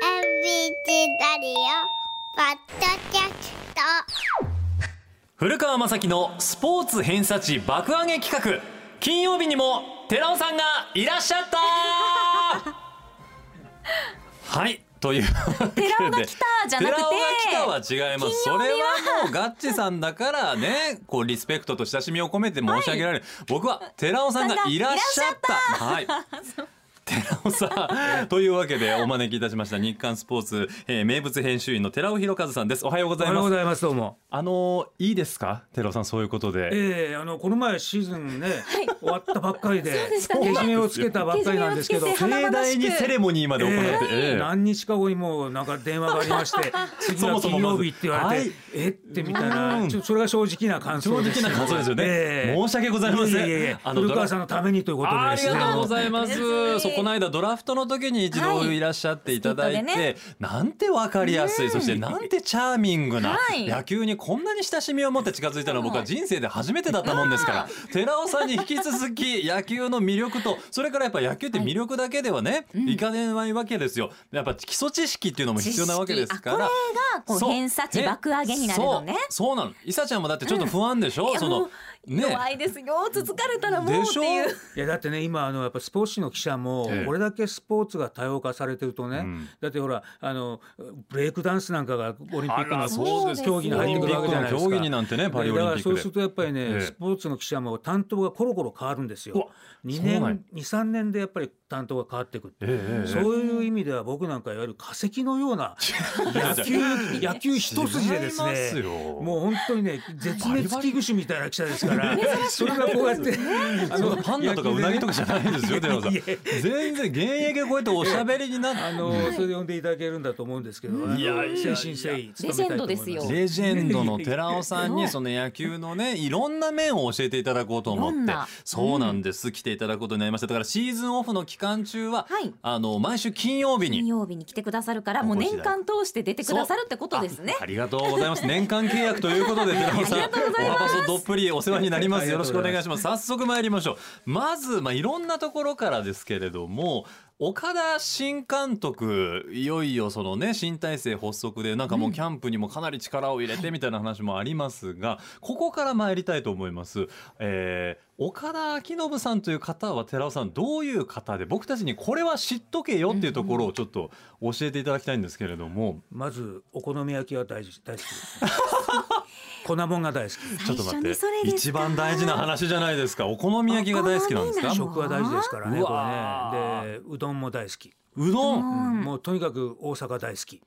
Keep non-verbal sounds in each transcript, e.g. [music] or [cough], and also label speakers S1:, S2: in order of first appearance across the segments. S1: チラリオパッドキャスト
S2: 古川雅樹のスポーツ偏差値爆上げ企画金曜日にも寺尾さんがいらっしゃった [laughs] はいというわけで
S3: 寺尾が来たじゃなくて
S2: 寺尾が来たは違いますそ
S3: 金曜日は
S2: れはもうガッチさんだからね [laughs] こうリスペクトと親しみを込めて申し上げられる、僕は寺尾さんがいらっしゃったはい寺尾さんというわけでお招きいたしました日刊スポーツ、えー名物編集員の寺尾博和さんですおはようご
S4: お
S2: ざ
S4: はいよう
S2: ま
S4: ご
S2: す
S4: ざいますどうも。
S2: あのいいですか寺尾さんそういうことで
S4: ええあのこの前シーズンね、終わったばっかりで
S3: そうでしたね
S4: けじめをつけたばっかりなんですけど
S3: け。じめをつけて
S2: 盛大にセレモニーまで行って、
S4: ええ
S2: ええ
S4: 何日か後にもうなんか電話がありまして
S2: [laughs]
S4: 次は金曜日って言われ
S2: そもそもまず
S4: てえってみたい
S2: うん
S4: なちょそれが正直な感
S2: 正
S4: 想です
S2: 直な感想ですよね、
S4: ええ
S2: 申し訳ございません
S4: いえいえいえ
S2: あの
S4: 古川さんのためにということで
S2: あり
S4: ですね
S2: がとうございま
S3: ありがとうござ
S2: す。
S3: います
S2: そうこの間ドラフトの時に一
S3: は
S2: 度
S3: い
S2: いらっしゃっていただいて、
S3: スキットでね
S2: なんてわかりやすい、そしてなんてチャーミングな、
S3: はい
S2: 野球にこんなに親しみを持って近づいたのは僕は人生で初めてだったもんですから、寺尾さんに引き続
S3: [laughs]
S2: き野球の魅力と、それからやっぱ野球って魅力だけではね、い、かないわけですよ。やっぱ基礎知識っていうのも必要なわけですから。
S3: 知識あこれがこ
S2: そう
S3: う偏差値爆上げになるのね
S2: そうそうなの。いさちゃんもだってちょっと不安でしょ、
S3: いや
S2: そ
S3: も
S2: の
S3: う、弱いですよ続かれたらもう
S2: で
S3: っ
S2: してょ
S3: いう
S4: いやだってね今あのやっぱスポーツ紙の記者も
S2: ええ
S4: これだけスポーツが多様化されてるとね、
S2: うん
S4: だってほらあのブレイクダンスなんかがオリンピック
S2: あ
S4: の
S2: らそうです
S4: 競技に入ってくるわけじゃないです
S2: オ
S4: か。
S2: リンピックの競技になん [laughs] てねパリオリンピックで
S4: だからそうするとやっぱりね、
S2: ええ
S4: スポーツの記者も担当がコロコロ変わるんです
S2: うわ
S4: よ。2
S2: そうなんや
S4: 年二三年でやっぱり担当が変わってくって。
S2: ええ
S4: そういう意味では僕なんかいわゆる化石のよう
S2: [laughs]
S4: な野球野球一筋でです
S2: 違
S4: ね
S2: いますよ
S4: もう本当にね絶滅危惧種みたいな記者ですからそれがこうやって
S2: [laughs]
S4: あ
S2: そんなパンダとかウナギとかじゃないですよ、寺尾さん。
S4: いやいや
S2: 全然現役でこうやっておしゃべりになって、
S4: あの、それで呼んでいただけるんだと思うんですけど、あの
S2: いやいやいや
S4: 誠心誠意
S3: レジェンドですよ
S4: 務めたいと思いま
S2: レジェンドの寺尾さんにその野球のねいろんな面を教えていただこうと思
S3: いろ
S2: っ
S3: ん
S2: て
S3: な
S2: そうなんです来ていただくことになりましただからシーズンオフの期間中は
S3: はい
S2: あの毎週金曜日に
S3: 金曜日に来てくださるからもう
S2: お越し
S3: 年
S2: だ
S3: 間通して出てくださるってことですね
S2: あありがとうございます。年間契約ということで、寺尾さん、お
S3: [laughs] ありがとうございます
S2: 幅そどっぷりお世話になりま
S4: あ
S2: す。
S4: り
S2: よろ
S4: が
S2: し
S4: とう
S2: くお
S4: ござ
S2: 願
S4: い
S2: い
S4: ま
S2: します。早速参りましょう。まず、まあ、いろんなところからですけれども、岡田新監督、いよいよそのね、新体制発足で、なんかもうキャンプにもかなり力を入れてみたいな話もありますが、ここから参りたいと思います。えー岡田彰信さんという方は寺尾さんどういう方で僕たちにこれは知っとけよっていうところをちょっと教えていただきたいんですけれども、
S4: まずお好み焼きは大事大好きです。粉もんが大好き。
S2: ちょっと待っ
S3: 最初に
S2: て
S3: それですか
S2: 一番大事な話じゃないですかお好み焼きが大好きなんです
S3: お好みな
S2: か
S3: の
S4: 食は大事ですからね
S2: う
S4: こ
S2: わー
S4: れね。でうどんも大好き。
S2: うど
S3: うんん
S4: もうとにかく大阪大好き。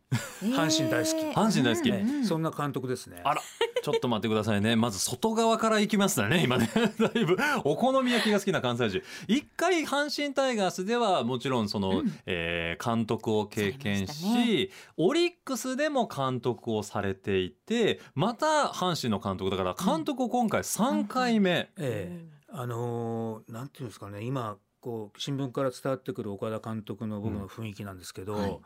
S4: 阪神大好き
S3: えー
S2: 阪神大好き
S3: うんうん
S4: そんな監督ですね。
S2: あらちょっと待ってくださいねまず外側から行きますね今ねだいぶお好み焼きが好きな関西人一回阪神タイガースではもちろんその、えー監督を経験し
S3: されまし
S2: オリックスでも監督をされていてまた阪神の監督だから監督を今回3回目、
S4: ええあのーなんていうんですかね今こう新聞から伝わってくる岡田監督の僕の雰囲気なんですけど、
S2: はい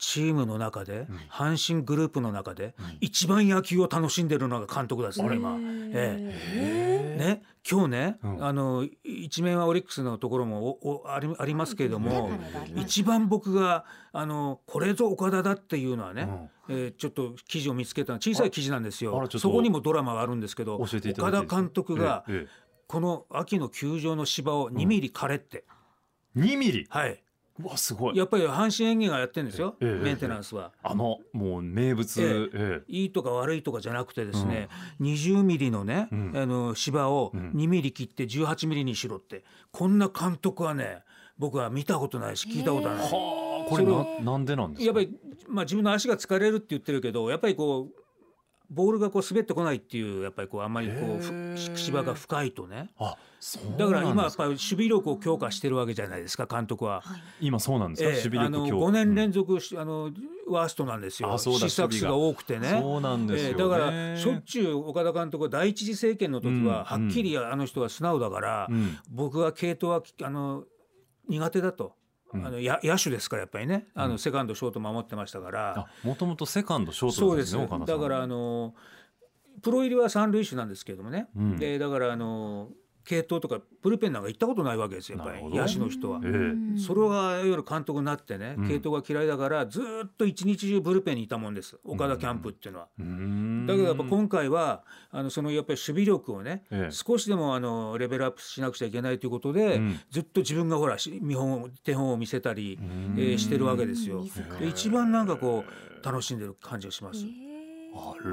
S4: チームの中で、阪神グループの中で、
S2: はい
S4: 一番野球を楽しんでるのが監督ですね今。ええ
S3: え
S4: ね、今日ね、
S2: うん
S4: あのい一面はオリックスのところもおおありありますけれども、
S3: ねあります
S4: 一番僕があのこれぞ岡田だっていうのはね、
S2: うん
S4: えーちょっと記事を見つけた小さい記事なんです
S2: あらちょ
S4: よ
S2: っと
S4: そこにもドラマがあるんですけど
S2: 教えていただ
S4: 岡
S2: いていいで
S4: 田
S2: すか
S4: 監督が
S2: ええ
S4: この秋の球場の芝を2ミリ枯れって、
S2: ええ2ミリ
S4: はいう
S2: わすごい
S4: やっぱり阪神園芸がやってるんですよ、
S2: ええええ
S4: メンテナンスは。
S2: あのもう名物、
S4: え
S2: ええ
S4: いいとか悪いとかじゃなくてですね、20ミリのね、
S2: うん
S4: あの芝を
S2: うん
S4: 2ミリ切って18ミリにしろって、こんな監督はね、僕は見たことないし聞いたことない。
S2: はあこれななんでなんですか
S4: やっぱり、まあ、自分の足が疲れるって言ってるけど、やっぱりこう。ボールがこう滑ってこないっていう、やっぱりこうあんまりこう
S2: へー
S4: ふ芝が深いとね。
S2: あそうなんです
S4: だから今やっぱり守備力を強化してるわけじゃないですか、監督は。
S2: 今そうなんですか、
S4: ええ
S2: 守備
S4: あの
S2: 力強化
S4: 5年連続し、あのワーストなんですよ
S2: あそうだ
S4: 失策数が多くてね。
S2: そうなんですよ、
S4: え
S2: ね
S4: えだからしょっちゅう岡田監督は第一次政権の時は
S2: うん
S4: はっきりあの人は素直だから、
S2: うん
S4: 僕は系統はあの苦手だと、
S2: うん
S4: あのや野手ですからやっぱりねあの、
S2: うん
S4: セカンドショート守ってましたから
S2: あ、もともとセカンドショート
S4: そう
S2: なん
S4: で
S2: です
S4: す
S2: ね岡田さ
S4: だ
S2: ん
S4: からあのプロ入りは三塁手なんですけれどもね、
S2: うん
S4: でだからあの系統とかブルペンなんか行ったことないわけですよやっぱ
S2: な
S4: り
S2: るほど
S4: 野手の人は
S2: え。え
S4: それがいわゆる監督になってね、
S2: うん
S4: 系統が嫌いだからずーっと一日中ブルペンにいたもんです岡田キャンプっていうのは。だ
S2: だ
S4: けどやっぱ今回はあのそのやっぱり守備力をね、
S2: ええ
S4: 少しでもあのレベルアップしなくちゃいけないということで、
S2: うん
S4: ずっと自分がほらし見本を手本を見せたり、えーしてるわけですよ。
S3: 自ら
S4: で一番なんかこう楽しんでる感じがします。
S2: あら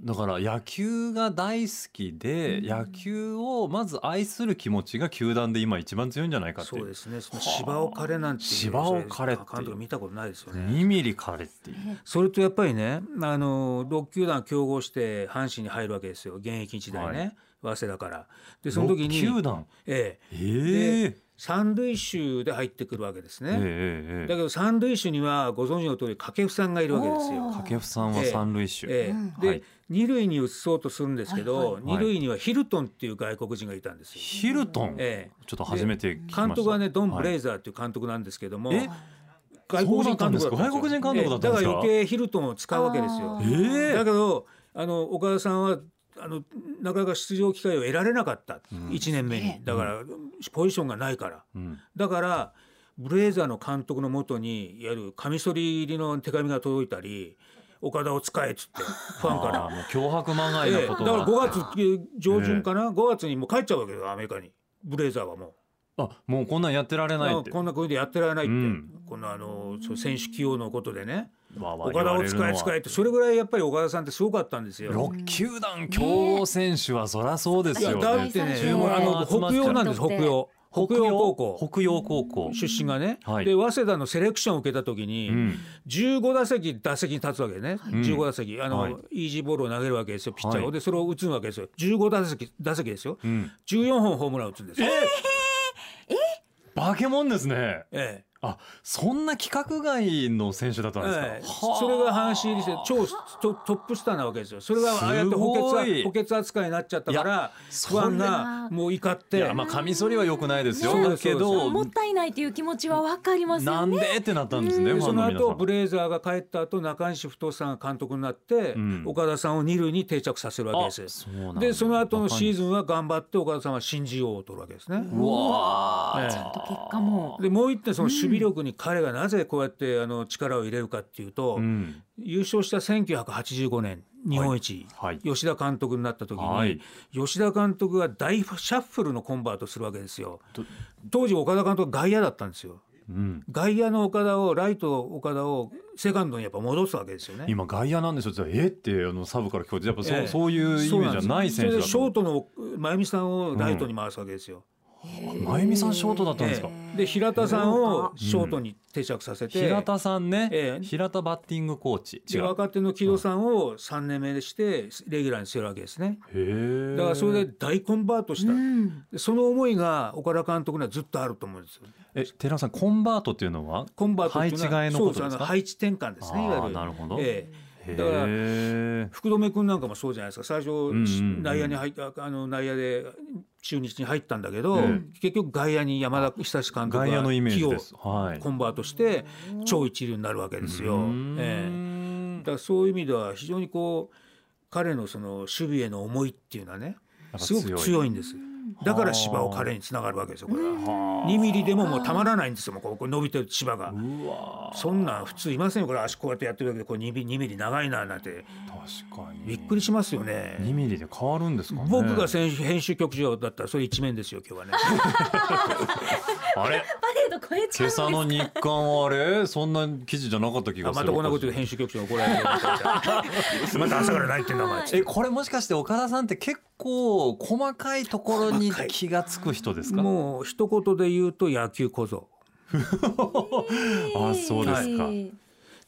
S2: だから野球が大好きで、野球をまず愛する気持ちが球団で今一番強いんじゃないかってい
S4: そう
S2: う
S4: ですね。その芝を枯れなんていう
S2: 芝を枯れっていう
S4: 監督見たことないですよね。
S2: 2ミリ彼っていう、
S4: それとやっぱりね、あの6球団競合して阪神に入るわけですよ、現役時代ね、早稲田から。で、その時に、
S2: 6球団
S4: ええ、
S2: ええ
S4: 三塁手で入ってくるわけです
S2: ええ
S4: ね。
S2: ええ
S4: だけど三塁手にはご存知の通り掛布さんがいるわけですよ。
S3: おー
S2: 掛布さんは三塁手、
S4: ええ、
S2: は
S4: で
S2: い
S4: 二塁に移そうとするんですけど、
S3: はい
S2: はい
S4: 二塁にはヒルトンっていう外国人がいたんですよ。
S2: ヒルトン、
S4: ええ
S2: ちょっと初めて聞きました
S4: 監督はねドン・ブレ
S2: イ
S4: イザーっていう監督なんですけども、
S2: え
S4: 外国人監督だったんですよ
S2: そうなんですか外国人監督だったんですか
S4: ええだから余計ヒルトンを使うわけですよ
S3: あ。
S2: ええ
S4: だけどあの岡田さんはあのなかなか出場機会を得られなかった、
S2: うん
S4: 1年目
S3: え
S4: にだから、ポジションがないから
S2: うん
S4: だからブレイザーの監督のもとにいわゆるカミソリ入りの手紙が届いたり岡田を使えっつってファンか
S2: あ
S4: ら。
S2: ーもう脅迫まがい
S4: え
S2: な
S4: えだ
S2: こ
S4: か
S2: とが、
S4: ら5月上旬かな、5月にもう帰っちゃうわけよアメリカにブレイザーはも
S2: あもうこんなんやってられ
S4: う、
S2: ない
S4: まあ
S2: って
S4: こんな国でやってられないって、
S2: うん
S4: このあのそう選手起用のことでね
S2: わわ
S4: 岡田を使え使えってそれぐらいやっぱり岡田さんってすごかったんですよ。
S2: 6球団強豪選手はそりゃそうです
S4: いや
S2: よ
S4: だ
S2: ね
S4: ってね
S3: 注目
S4: あの
S2: が集まっち
S4: 北
S2: ゃう
S4: 洋なんです北洋北洋高校
S2: 北洋高校、
S4: 出身がね、
S2: はい
S4: で早稲田のセレクションを受けた時に、
S2: うん
S4: 15打席打席に立つわけね、
S2: い
S4: 15打席あの、
S2: はい
S4: イージーボールを投げるわけですよピッチャーを、
S2: はい
S4: でそれを打つわけですよ15打席打席ですよ
S2: うん、
S4: 14本ホームラン打つんですよ、
S2: バケモンですね
S4: ええ
S2: あそんな規格外の選手だったんですか、
S4: ええ
S2: はあ
S4: それが阪神入りして超トトップスターなわけですよそれがああやって補
S2: すごい
S4: 欠補欠扱いになっちゃったから
S2: そ
S4: 不安
S2: んな
S4: がもう怒って
S2: いやまあカミソリは良くないですよ、
S4: ね
S2: だけ
S4: そう
S2: ど
S3: もったいないという気持ちはわかります
S2: な
S3: よ
S2: ん
S3: ね。
S2: でってなったんですね
S4: で
S2: ファ
S4: そ
S2: ンの
S4: の
S2: 皆
S4: 後
S2: さん
S4: ブレーザーが帰った後中西太さんが監督になって、
S2: ん
S4: 岡田さんを二塁に定着させるわ
S2: あ
S4: けです。
S2: うなんだ
S4: でその後のシー
S2: ズ
S4: ズンは頑張って岡田さんは新人王を取るわけですね。
S2: うわー
S4: ええ
S3: ちゃんと結果も。
S4: でもう一点その守備力に彼がなぜこうやってあの力を入れるかっていうと、
S2: うん
S4: 優勝した1985年日本一、
S2: はい
S4: 吉田監督になった時に、
S2: はい
S4: 吉田監督が大シャッフルのコンバートするわけですよ。当時岡田監督は外野だったんですよ。
S2: うん、
S4: 外野の岡田をライト岡田をセカンドにやっぱ戻すわけですよね。
S2: 今外野なんですよえってあのサブから聞こえてやっぱそう,、
S4: ええ
S2: そういう意味じゃない選手
S4: それ
S2: だ
S4: でショー
S2: と
S4: トの真由美さんをライトに回すわけですよ。
S2: 真由美さんショートだったんですか、
S4: ええで平田さんをショートに定着させて、
S2: 平田さんね、
S4: ええ
S2: 平田バッティングコーチ違
S4: で
S2: う
S4: 若手の木戸さんを3年目でしてレギュラーにするわけですね。
S2: へえ
S4: だからそれで大コンバートした、
S3: うん
S4: でその思いが岡田監督にはずっとあると思うんですよ。
S2: え寺尾さんコンバートっていうのは
S4: コンバートっていうのは
S2: 配置換えのことですか
S4: そうあの配置転換ですねいわ
S2: あ
S4: ゆ
S2: ー
S4: る。
S2: なるほど
S4: ええ
S2: へ
S4: だから
S2: え
S4: 福留君なんかもそうじゃないですか最初、
S2: んうん
S4: 内野に入ったあの内野で中日に入ったんだけど、
S2: え
S4: 結局外野に山田久志監督
S2: 外野
S4: が
S2: のイメー
S4: 木
S2: ジ
S4: を
S2: ですはい
S4: コンバートして超一流になるわけですよ
S2: う。ーん
S4: ええだからそういう意味では非常にこう彼のその守備への思いっていうのはね
S2: ぱ
S4: すごく強いんです。だから芝を彼につながるわけですよこれは。2ミリでももうたまらないんですよもうこう伸びてる芝が。
S2: うわ
S4: そんなん普通いませんよこれ足こうやってやってるだけでこう2ミリ2ミリ長いななんて
S2: ー確かに
S4: びっくりしますよね。
S2: 2ミリで変わるんですかね
S4: 僕が選手編集局長だったらそれ一面ですよ
S2: [laughs]
S4: 今日はね。
S2: あれ
S4: [laughs]
S3: パレード超えち
S2: 今
S3: ゃう
S2: 朝の日刊はあれそんな記事じゃなかった気
S4: あ
S2: がする
S4: またこんなこと言うと編集局長に怒られるよみた
S2: [laughs]
S4: いなまた朝から泣いてんだお前
S2: えこれもしかして岡田さんって結構細かいところに
S4: 細かい
S2: 気がつく人ですか
S4: もう一言で言うと野球小僧
S2: あそうですか、、
S3: はいい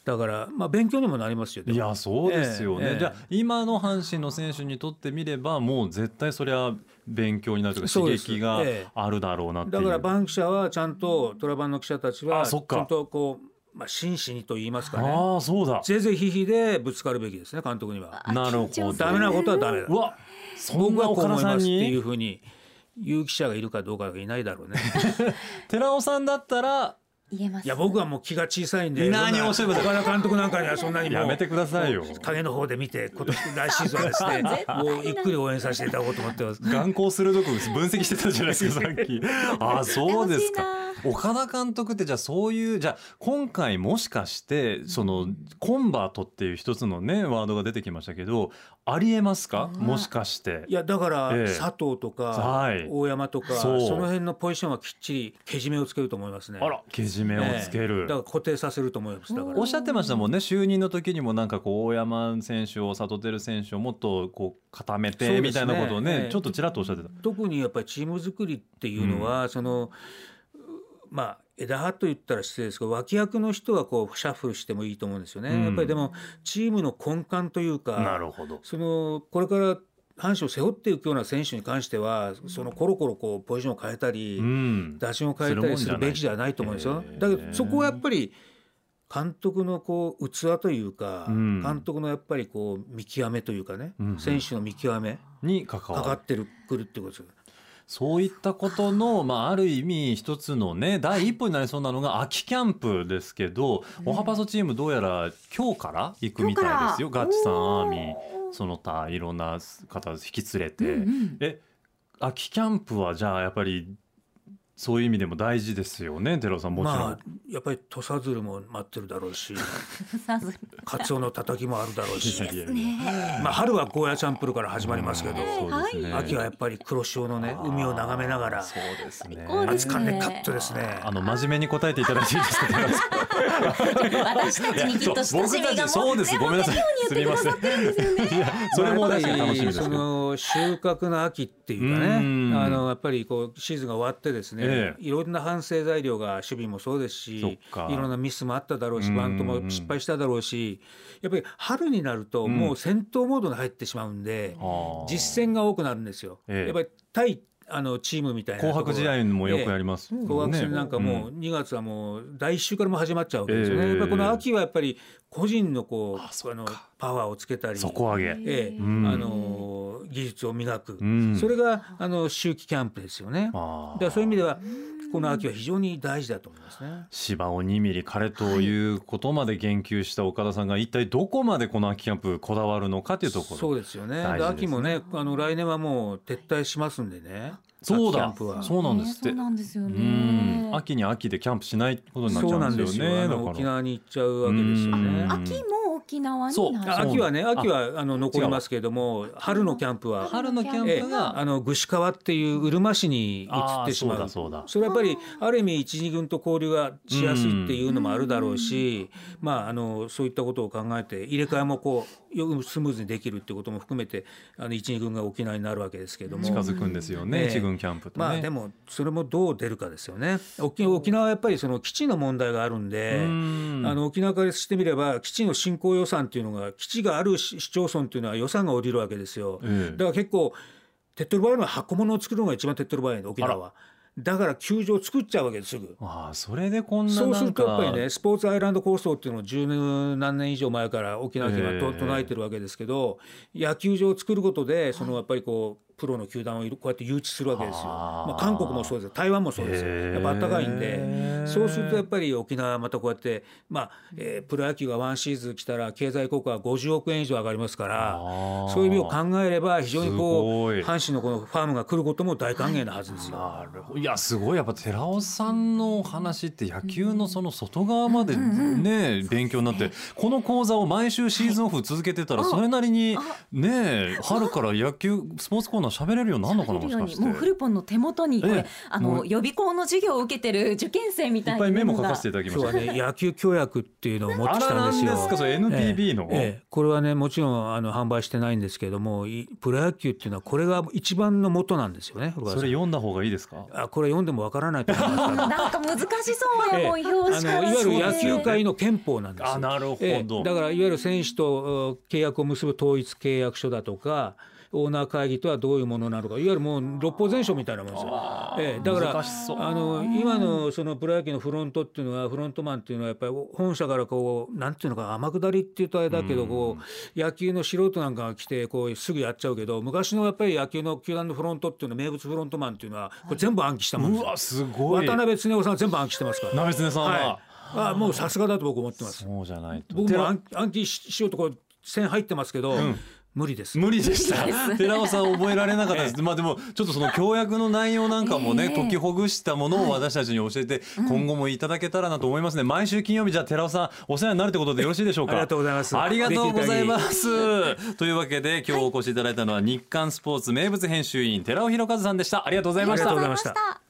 S4: だからまあ勉強にもなりますよでも
S2: やそうですよね、
S4: ええ
S2: じゃあ今の阪神の選手にとってみればもう絶対そりゃ勉強になるというか
S4: そう
S2: 刺
S4: です
S2: 激が
S4: ええ
S2: あるだろうなってい
S4: だ
S2: う
S4: からバンキシャはちゃんとトラバンの記者たちは
S2: あ
S4: ちゃ
S2: そっか
S4: んとこう、まあ、真摯にと言いますかね
S2: ああそうだ
S4: ぜいぜいひいひいでぶつかるべきですね監督には
S2: なるほど
S4: ダメなことはダメだ
S2: うわそん
S4: 僕は
S2: な
S4: こう
S2: 岡田
S4: 思い
S2: さ
S4: ま
S2: ん
S4: すってい
S2: に
S4: う
S2: [laughs]
S4: ふうに言う記者がいるかどうかがいないだろうね
S2: 寺尾さんだったら
S3: 言えます
S4: いや僕はもう気が小さいんで
S2: 何をおっしゃいます
S4: 岡田監督なんかにはそんなにもう
S2: やめてくださいよ
S4: もう影の方で見て今年来シーズンはですねもうゆっくり応援させていただこうと思ってます
S2: 眼光鋭く分析してたじゃないですかさっ
S4: [laughs]
S2: きああそうですか岡田監督ってじゃあそういうじゃあ今回もしかしてそのコンバートっていう一つのねワードが出てきましたけどありえますか
S3: うん
S2: もしかして
S4: いやだから
S2: ええ
S4: 佐藤とか
S2: はい
S4: 大山とか
S2: そう
S4: その辺のポジションはきっちりけじめをつけると思いますね
S2: あらけじめをつけ
S4: ええだか
S2: る
S4: ら固定させると思いますだか
S2: お
S4: ら
S2: っしゃってましたもんね就任の時にもなんかこう大山選手を里輝選手をもっとこう固め
S4: そう
S2: て
S4: ですね
S2: みたいなことをね
S4: ええ
S2: ちょっとちらっとおっしゃってた。
S4: 特にやっぱりチーム作りっていうのは、そのうまあ枝葉と言ったら失礼ですけど脇役の人はこうシャッフルしてもいいと思うんですよね、
S2: うん
S4: やっぱりでもチームの根幹というか
S2: なるほど
S4: そのこれから阪神を背負っていくような選手に関してはそのコロコロこうポジションを変えたり、
S2: うん
S4: 打順を変えたりするべきじゃないと思うんですよ。
S2: えー
S4: だけどそこはやっぱり監督のこう器というか、
S2: うん
S4: 監督のやっぱりこう見極めというかね、
S2: うんうん
S4: 選手の見極め
S2: に関わ
S4: か
S2: る
S4: かってるくるってことですよ
S2: そういったことの、まあ、ある意味一つのね第一歩になりそうなのが秋キャンプですけど、
S3: うん
S2: おはぱそチームどうやら今日から行くみたいですよガッチさんアーミーその他いろんな方引き連れて、
S3: うん
S2: え秋キャンプはじゃあやっぱりそういう意味でも大事ですよね寺尾さんもちろん、
S4: まあやっぱり土佐鶴も待ってるだろ
S2: [laughs]
S4: うし
S3: うん、さす
S4: カツオのたたきもあるだろうし、
S2: いやいやいや [laughs]
S3: ね
S4: まあ、春はゴーヤチャンプルから始まりますけど、
S2: うんそうですね
S4: 秋はやっぱり黒潮のね海を眺めながら
S2: そうですね
S3: 高です
S4: 熱
S3: ね
S4: 燗でカットですね。
S2: あの真面目に答えていただいていいですか寺尾さん
S3: 私たちにきっと親しみが
S2: いやそう僕たちそうですごめんなさい
S3: すみません
S2: いやそれも
S4: まあ
S2: 確かに
S4: やっぱ
S2: 楽しみで
S4: り
S2: すけ
S4: そ
S2: ど。
S4: の収穫の秋っていうか
S2: うん
S4: ねあのやっぱりこうシーズンが終わってですね、
S2: ええ
S4: いろんな反省材料が守備もそうですしい
S2: そっか
S4: ろんなミスもあっただろうし
S2: うん
S4: バントも失敗しただろうしやっぱり春になるともう戦闘モードに入ってしまうんで、
S2: あー
S4: 実践が多くなるんですよ。
S2: ええ
S4: やっぱり対あのチームみたいなと
S2: 紅
S4: ころが
S2: 白試合もよくやりますもんね。
S4: 紅白戦なんかもう2月はもう来週からもう始まっちゃうわけですよね、
S2: ええ
S4: やっぱりこの秋はやっぱり個人のこう
S2: あそっか
S4: あのパワーをつけたり
S2: 底上げ。
S4: ええ
S2: うん
S4: あの技術を磨く、
S2: うん
S4: それがあの秋季キャンプですよね。だか
S2: あー
S4: らそういう意味ではこの秋は非常に大事だと思いますね。
S2: 芝を2ミリ彼ということまで言及した岡田さんが一体どこまでこの秋キャンプこだわるのかっていうところ
S4: そうですよね。
S2: 大事ですね
S4: で秋もね、あの来年はもう撤退しますんでね。
S2: そう
S4: 秋キャ
S2: だ
S4: ンプは
S2: そうなんですって、
S3: ねそうなんですよ
S2: う
S3: ね
S2: ん秋に秋でキャンプしないことになっちゃうんですよねだ
S4: あの
S2: か
S4: 沖
S2: ら
S4: 縄に行っちゃうわけですよ
S2: うん
S4: ね。
S3: 秋も沖縄になる
S2: そう
S4: あ秋はね、
S2: あ
S4: 秋はあの残りますけれども、春のキャンプは。
S2: 春のキャ
S4: ええ
S2: ンプが、
S4: あの串川っていううるま市に移
S2: あー
S4: ってし
S2: そ
S4: ま
S2: うだ
S4: う
S2: そうだ
S4: それはやっぱりある意味一二軍と交流がしやすいっていうのもあるだろうし、まああのそういったことを考えて入れ替えもこうよくスムーズにできるっていうことも含めてあの一二軍が沖縄になるわけですけれども。
S2: 近づくんですよね、
S4: ええ
S2: 一軍キャンプとね、
S4: まあでもそれもどう出るかですよね。沖沖縄はやっぱりその基地の問題があるんで、
S2: うん
S4: あの沖縄からしてみれば基地の振興予算っていうのが基地がある市市町村っていうのは予算が下りるわけですよ。
S2: ええ
S4: だから結構手っ取り早いのは箱物を作るのが一番手っ取り早いの沖縄はだから球場を作っちゃうわけですすぐ
S2: ああそれでこんな
S4: そう
S2: な
S4: する
S2: んか
S4: とやっぱりねスポーツアイランド構想っていうのを十何年以上前から沖縄県はと
S2: ええ
S4: 唱えてるわけですけど野球場を作ることでそのやっぱりこうプロの球団をいるこうやって誘致するわけですよ、
S2: あー
S4: まあ、韓国もそうですよ台湾もそうですよやっぱ暖かいんで。そうするとやっぱり沖縄はまたこうやって、まあえープロ野球がワンシーズン来たら経済効果は50億円以上上がりますからそういう意味を考えれば非常にこう
S2: すごい
S4: 阪神のこのファームが来ることも大歓迎なはずですよ。
S2: なるほどいやすごいやっぱ寺尾さんのお話って野球のその外側までね、勉強になってこの講座を毎週シーズンオフ続けてたら
S3: はい
S2: それなりに
S3: あ
S2: ね春から野球スポーツコーナー喋れるようになるのかな
S3: 喋
S2: も
S3: る
S2: し
S3: よう
S2: か
S3: に
S2: し
S3: もうフ
S2: て。
S3: ルポンの手元にこ
S2: ええ
S3: れあ
S2: も
S3: の
S2: う
S3: 予備校の授業を受けてる受験生み
S2: い
S3: たい
S2: っ
S3: に
S2: ぱいメモ書かせていただ
S3: て
S2: き
S4: 今
S2: ま
S4: 日
S2: した
S4: は。ね野球協約っていうのを持って
S2: あ
S4: き
S2: ら
S4: た
S2: なん
S4: です
S2: ん
S4: よ。
S2: ですかそれ NPB の、
S4: ええこれはねもちろんあの販売してないんですけれどもいプロ野球っていうのはこれが一番の元なんですよね古川
S2: そ
S4: さ
S2: れ
S4: ん
S2: 読んだ方がいいですか。
S4: あこれ読んでもわからないと思いま
S2: [laughs]
S4: すが
S3: なんか難しそう
S4: え [laughs] え
S3: やもう表紙から
S4: あのいわゆ
S2: そう
S4: る野球
S2: ですね
S4: 界の憲法なんですよ
S2: あなるほど。
S4: ええだからいわゆる選手とえー契約を結ぶ統一契約書だとか、オーナー会議とはどういうものなのかいわゆるもう六法全書みたいなもんですよ。ええ、だから
S2: 難しそう
S4: あの今のそのプロ野球のフロントっていうのはフロントマンっていうのはやっぱり本社からこうなんていうのか天下りっていうとあれだけどこう野球の素人なんかが来てこうすぐやっちゃうけど昔のやっぱり野球の球団のフロントっていうのは名物フロントマンっていうのはこれ全部暗記したもんです
S2: う
S4: よ
S2: わすごい
S4: 渡辺恒夫さんは全部暗記してますから。
S2: 鍋常さんは、
S4: はい、あもうさすがだと僕思ってます。
S2: そうじゃないと
S4: 僕も
S2: 寺
S4: 暗暗記ししようとこう線入ってますけど、無理です。
S2: 無理でした
S3: 無理です
S2: [laughs] 寺尾さん覚えられなかったです、まあでもちょっとその教約の内容なんかもね、
S3: ええ
S2: 解きほぐしたものを私たちに教えて、今後もいただけたらなと思いますね毎週金曜日じゃあ寺尾さんお世話になるってことでよろしいでしょうか
S4: ありがとうございます
S2: ありがとうございますというわけで今日お越しいただいたのは日刊スポーツ名物編集員寺尾博和さんでしたありがとうございまし
S4: ありがと
S2: た
S4: うございました
S1: た。